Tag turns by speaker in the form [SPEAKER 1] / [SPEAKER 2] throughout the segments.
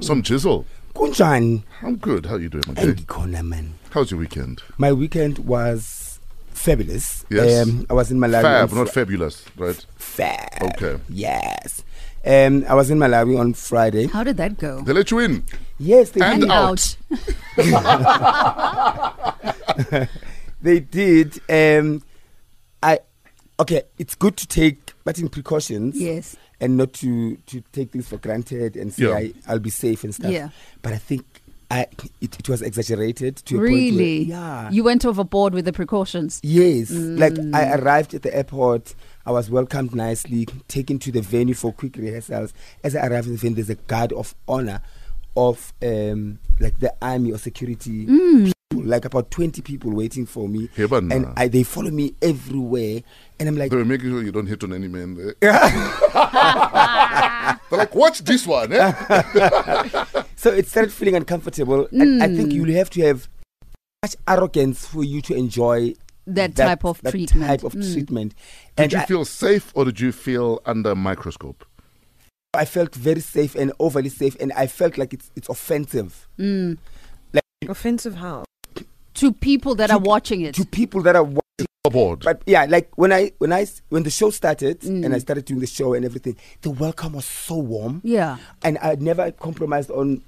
[SPEAKER 1] Some chisel.
[SPEAKER 2] Kunjani?
[SPEAKER 1] I'm good. How you doing? Okay.
[SPEAKER 2] Andikhona man.
[SPEAKER 1] How's your weekend?
[SPEAKER 2] My weekend was fabulous.
[SPEAKER 1] Yes.
[SPEAKER 2] Um, I was in Malawi.
[SPEAKER 1] Fab,
[SPEAKER 2] on
[SPEAKER 1] not
[SPEAKER 2] Fri-
[SPEAKER 1] fabulous, right?
[SPEAKER 2] Fab.
[SPEAKER 1] Okay.
[SPEAKER 2] Yes. Um, I was in Malawi on Friday.
[SPEAKER 3] How did that go?
[SPEAKER 1] They let you in.
[SPEAKER 2] Yes, they
[SPEAKER 1] And
[SPEAKER 2] did.
[SPEAKER 1] out.
[SPEAKER 2] They did. Um, I okay. It's good to take, but in precautions.
[SPEAKER 3] Yes.
[SPEAKER 2] And not to to take things for granted and say
[SPEAKER 1] Yeah.
[SPEAKER 2] I, I'll be safe and stuff.
[SPEAKER 3] Yeah.
[SPEAKER 2] But I think I it, it was exaggerated to a point.
[SPEAKER 3] Really?
[SPEAKER 2] Where, yeah.
[SPEAKER 3] You went overboard with the precautions.
[SPEAKER 2] Yes, like I arrived at the airport, I was welcomed nicely, taken to the venue for quick rehearsals. As I arrived at the venue, there's a guard of honor of um, like the army or security people, like about 20 people waiting for me.
[SPEAKER 1] Heaven,
[SPEAKER 2] and
[SPEAKER 1] man.
[SPEAKER 2] I, they follow me everywhere, and I'm like,
[SPEAKER 1] They were making sure you don't hit on any man there. They're like, watch this one. Eh?
[SPEAKER 2] so it started feeling uncomfortable. And I think you'll have to have such arrogance for you to enjoy
[SPEAKER 3] That type of
[SPEAKER 2] that
[SPEAKER 3] treatment.
[SPEAKER 2] Type of
[SPEAKER 3] Mm.
[SPEAKER 2] treatment.
[SPEAKER 1] Did you
[SPEAKER 2] I-
[SPEAKER 1] feel safe or did you feel under a microscope?
[SPEAKER 2] I felt very safe and overly safe, and I felt like it's it's offensive
[SPEAKER 3] Mm.
[SPEAKER 4] Offensive how?
[SPEAKER 3] To people that
[SPEAKER 2] To-
[SPEAKER 3] are watching it.
[SPEAKER 2] to people that are. wa-
[SPEAKER 1] Bored.
[SPEAKER 2] But yeah, like when I when I s- when the show started
[SPEAKER 3] Mm.
[SPEAKER 2] and I started doing the show and everything, the welcome was so warm,
[SPEAKER 3] yeah.
[SPEAKER 2] and I never compromised on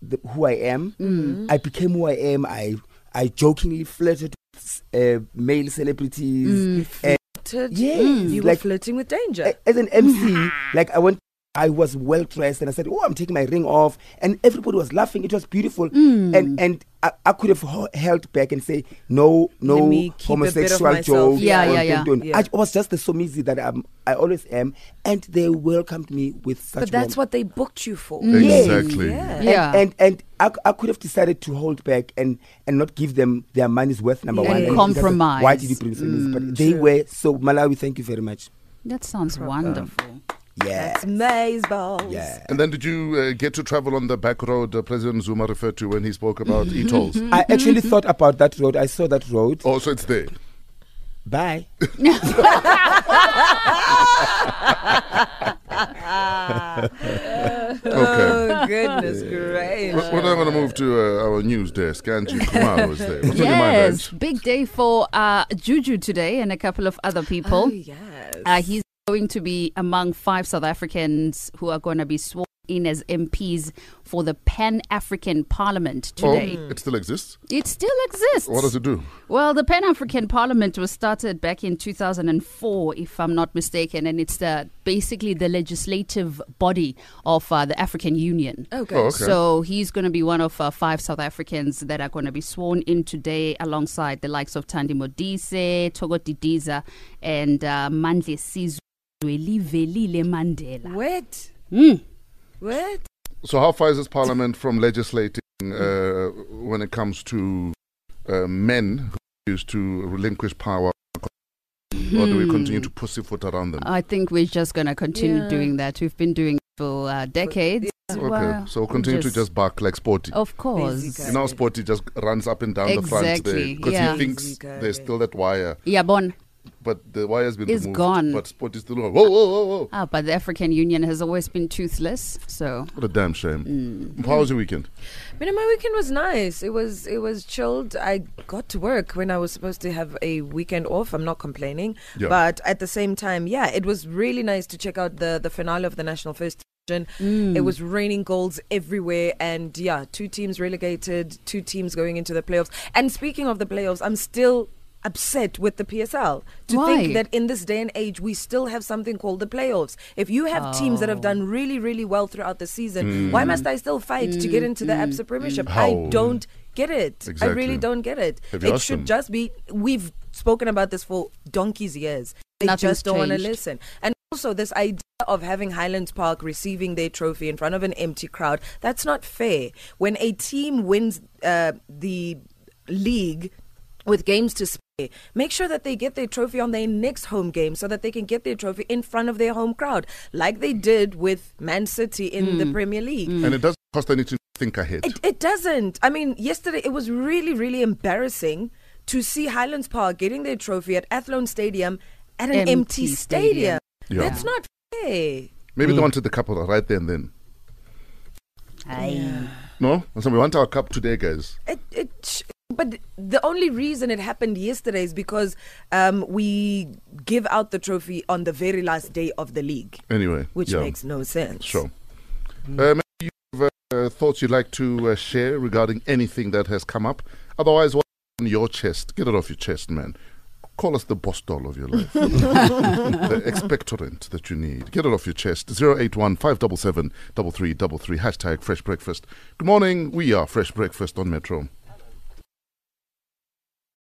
[SPEAKER 2] the, who I am.
[SPEAKER 3] Mm.
[SPEAKER 4] Mm-hmm.
[SPEAKER 2] I became who I am. I I jokingly flirted with uh, male
[SPEAKER 3] Mm.
[SPEAKER 2] celebrities
[SPEAKER 4] Flirted?
[SPEAKER 2] Yes,
[SPEAKER 4] You
[SPEAKER 2] like- eh,
[SPEAKER 4] were flirting with danger.
[SPEAKER 2] A- as an MC. like I went. I was well dressed and I said, "Oh, I'm taking my ring off," and everybody was laughing. It was beautiful,
[SPEAKER 3] Mm.
[SPEAKER 2] and
[SPEAKER 4] Mm.
[SPEAKER 2] and I, I could have ho- held back and say, "No,
[SPEAKER 4] Let me
[SPEAKER 2] no
[SPEAKER 4] keep a bit of
[SPEAKER 2] homosexual
[SPEAKER 4] myself."
[SPEAKER 2] jokes."
[SPEAKER 3] Yeah,
[SPEAKER 2] or
[SPEAKER 3] yeah, yeah.
[SPEAKER 2] don't- don't.
[SPEAKER 4] Yeah.
[SPEAKER 2] I was just the somizi that I'm, I always am, and they welcomed me with such.
[SPEAKER 4] but
[SPEAKER 2] warmth.
[SPEAKER 4] that's what they booked you for.
[SPEAKER 2] Yes.
[SPEAKER 1] Exactly.
[SPEAKER 4] Yeah.
[SPEAKER 3] Yeah.
[SPEAKER 2] And and, and I, I could have decided to hold back and and not give them their money's worth. Number
[SPEAKER 4] Yeah.
[SPEAKER 2] one,
[SPEAKER 4] And
[SPEAKER 2] think that's a-
[SPEAKER 3] compromise.
[SPEAKER 2] Why did you bring mm, But they
[SPEAKER 4] True.
[SPEAKER 2] were so Malawi. Thank you very much.
[SPEAKER 3] That sounds wonderful.
[SPEAKER 2] Yeah,
[SPEAKER 4] That's maze balls.
[SPEAKER 2] yeah.
[SPEAKER 1] And then did you uh, get to travel on the back road uh, President Zuma referred to when he spoke about e-tolls?
[SPEAKER 2] I
[SPEAKER 4] Mm-hmm.
[SPEAKER 2] actually thought about that road. I saw that road.
[SPEAKER 1] Oh, so it's there.
[SPEAKER 2] Bye.
[SPEAKER 1] Okay.
[SPEAKER 4] Oh, goodness gracious.
[SPEAKER 1] We're now going to move to uh, our news desk. Angie Kumar is there. What's on your mind,
[SPEAKER 3] yes.
[SPEAKER 1] Angie?
[SPEAKER 3] Big day for uh, Juju today and a couple of other people.
[SPEAKER 4] Oh, yes.
[SPEAKER 3] Uh, he's going to be among five South Africans who are going to be sworn in as MPs for the Pan African Parliament
[SPEAKER 1] Oh,
[SPEAKER 3] today.
[SPEAKER 1] it still exists.
[SPEAKER 3] It still exists.
[SPEAKER 1] What does it do?
[SPEAKER 3] Well, the Pan African Parliament was started back in 2004, if I'm not mistaken, and it's the, basically the legislative body of uh, the African Union.
[SPEAKER 4] okay.
[SPEAKER 1] Oh, okay.
[SPEAKER 3] So he's going to be one of uh, five South Africans that are going to be sworn in today alongside the likes of Tandi Modise, Togo Didiza, and uh, Mandle Sizwe Velile Mandela.
[SPEAKER 4] Wait.
[SPEAKER 3] Mm.
[SPEAKER 4] Wait.
[SPEAKER 1] So how far is this parliament from legislating uh, when it comes to uh, men who used to relinquish power? Or do we
[SPEAKER 3] Hmm.
[SPEAKER 1] continue to pussyfoot around them?
[SPEAKER 3] I think we're just going to continue
[SPEAKER 4] Yeah.
[SPEAKER 3] doing that. We've been doing it for uh, decades.
[SPEAKER 1] okay,
[SPEAKER 3] Well,
[SPEAKER 1] so we'll continue
[SPEAKER 3] just-
[SPEAKER 1] to just bark like Sporty.
[SPEAKER 3] Of course.
[SPEAKER 4] Busy
[SPEAKER 1] You know, Sporty just runs up and down the front there
[SPEAKER 3] Exactly,
[SPEAKER 1] because
[SPEAKER 3] yeah.
[SPEAKER 1] he thinks
[SPEAKER 4] Easy guy.
[SPEAKER 1] there's still that wire,
[SPEAKER 3] Yeah, Bon.
[SPEAKER 1] but the wire's been
[SPEAKER 3] It's
[SPEAKER 1] removed.
[SPEAKER 3] gone.
[SPEAKER 1] But Sporty's still going, whoa, whoa, whoa, whoa.
[SPEAKER 3] Ah, but the African Union has always been toothless. So,
[SPEAKER 1] What a damn shame.
[SPEAKER 3] Mm.
[SPEAKER 1] How was your weekend?
[SPEAKER 4] You know, my weekend was nice. It was it was chilled. I got to work when I was supposed to have a weekend off. I'm not complaining,
[SPEAKER 1] Yeah.
[SPEAKER 4] but at the same time, yeah, it was really nice to check out the the finale of the national first. Division.
[SPEAKER 3] Mm.
[SPEAKER 4] It was raining goals everywhere, and yeah, two teams relegated, two teams going into the playoffs. And speaking of the playoffs, I'm still upset with the PSL to
[SPEAKER 3] Why?
[SPEAKER 4] think that in this day and age we still have something called the playoffs. If you have teams that have
[SPEAKER 3] Oh.
[SPEAKER 4] done really, really well throughout the season, why must I still fight to get into the APSA Premiership?
[SPEAKER 1] Mm-hmm. How?
[SPEAKER 4] I don't get it. I
[SPEAKER 1] Exactly.
[SPEAKER 4] really don't get it.
[SPEAKER 1] Have you
[SPEAKER 4] it
[SPEAKER 1] asked
[SPEAKER 4] should
[SPEAKER 1] them?
[SPEAKER 4] just be. We've spoken about this for donkey's years. They
[SPEAKER 3] Nothing's
[SPEAKER 4] just don't want to
[SPEAKER 3] changed.
[SPEAKER 4] listen. And also this idea of having Highlands Park receiving their trophy in front of an empty crowd. That's not fair. When a team wins uh, the league with games to spare. Make sure that they get their trophy on their next home game so that they can get their trophy in front of their home crowd, like they did with Man City in
[SPEAKER 3] Mm.
[SPEAKER 4] the Premier League.
[SPEAKER 1] And it doesn't cost anything to think ahead.
[SPEAKER 4] It, it doesn't. I mean, yesterday it was really, really embarrassing to see Highlands Park getting their trophy at Athlone Stadium at an
[SPEAKER 3] Empty
[SPEAKER 4] empty,
[SPEAKER 3] stadium.
[SPEAKER 4] stadium.
[SPEAKER 1] Yeah.
[SPEAKER 4] That's not fair.
[SPEAKER 3] Mm.
[SPEAKER 1] Maybe they wanted the couple right there and then. No? So we want our cup today, guys.
[SPEAKER 4] It, it, sh- but the only reason it happened yesterday is because um, we give out the trophy on the very last day of the league,
[SPEAKER 1] Anyway.
[SPEAKER 4] which
[SPEAKER 1] yeah,
[SPEAKER 4] makes no sense.
[SPEAKER 1] Sure. Uh, maybe you have uh, thoughts you'd like to uh, share regarding anything that has come up. Otherwise, what's on your chest? Get it off your chest, man. Call us the boss doll of your life. the expectorant that you need. Get it off your chest. 081 577 3333. Hashtag Fresh Breakfast. Good morning. We are Fresh Breakfast on Metro.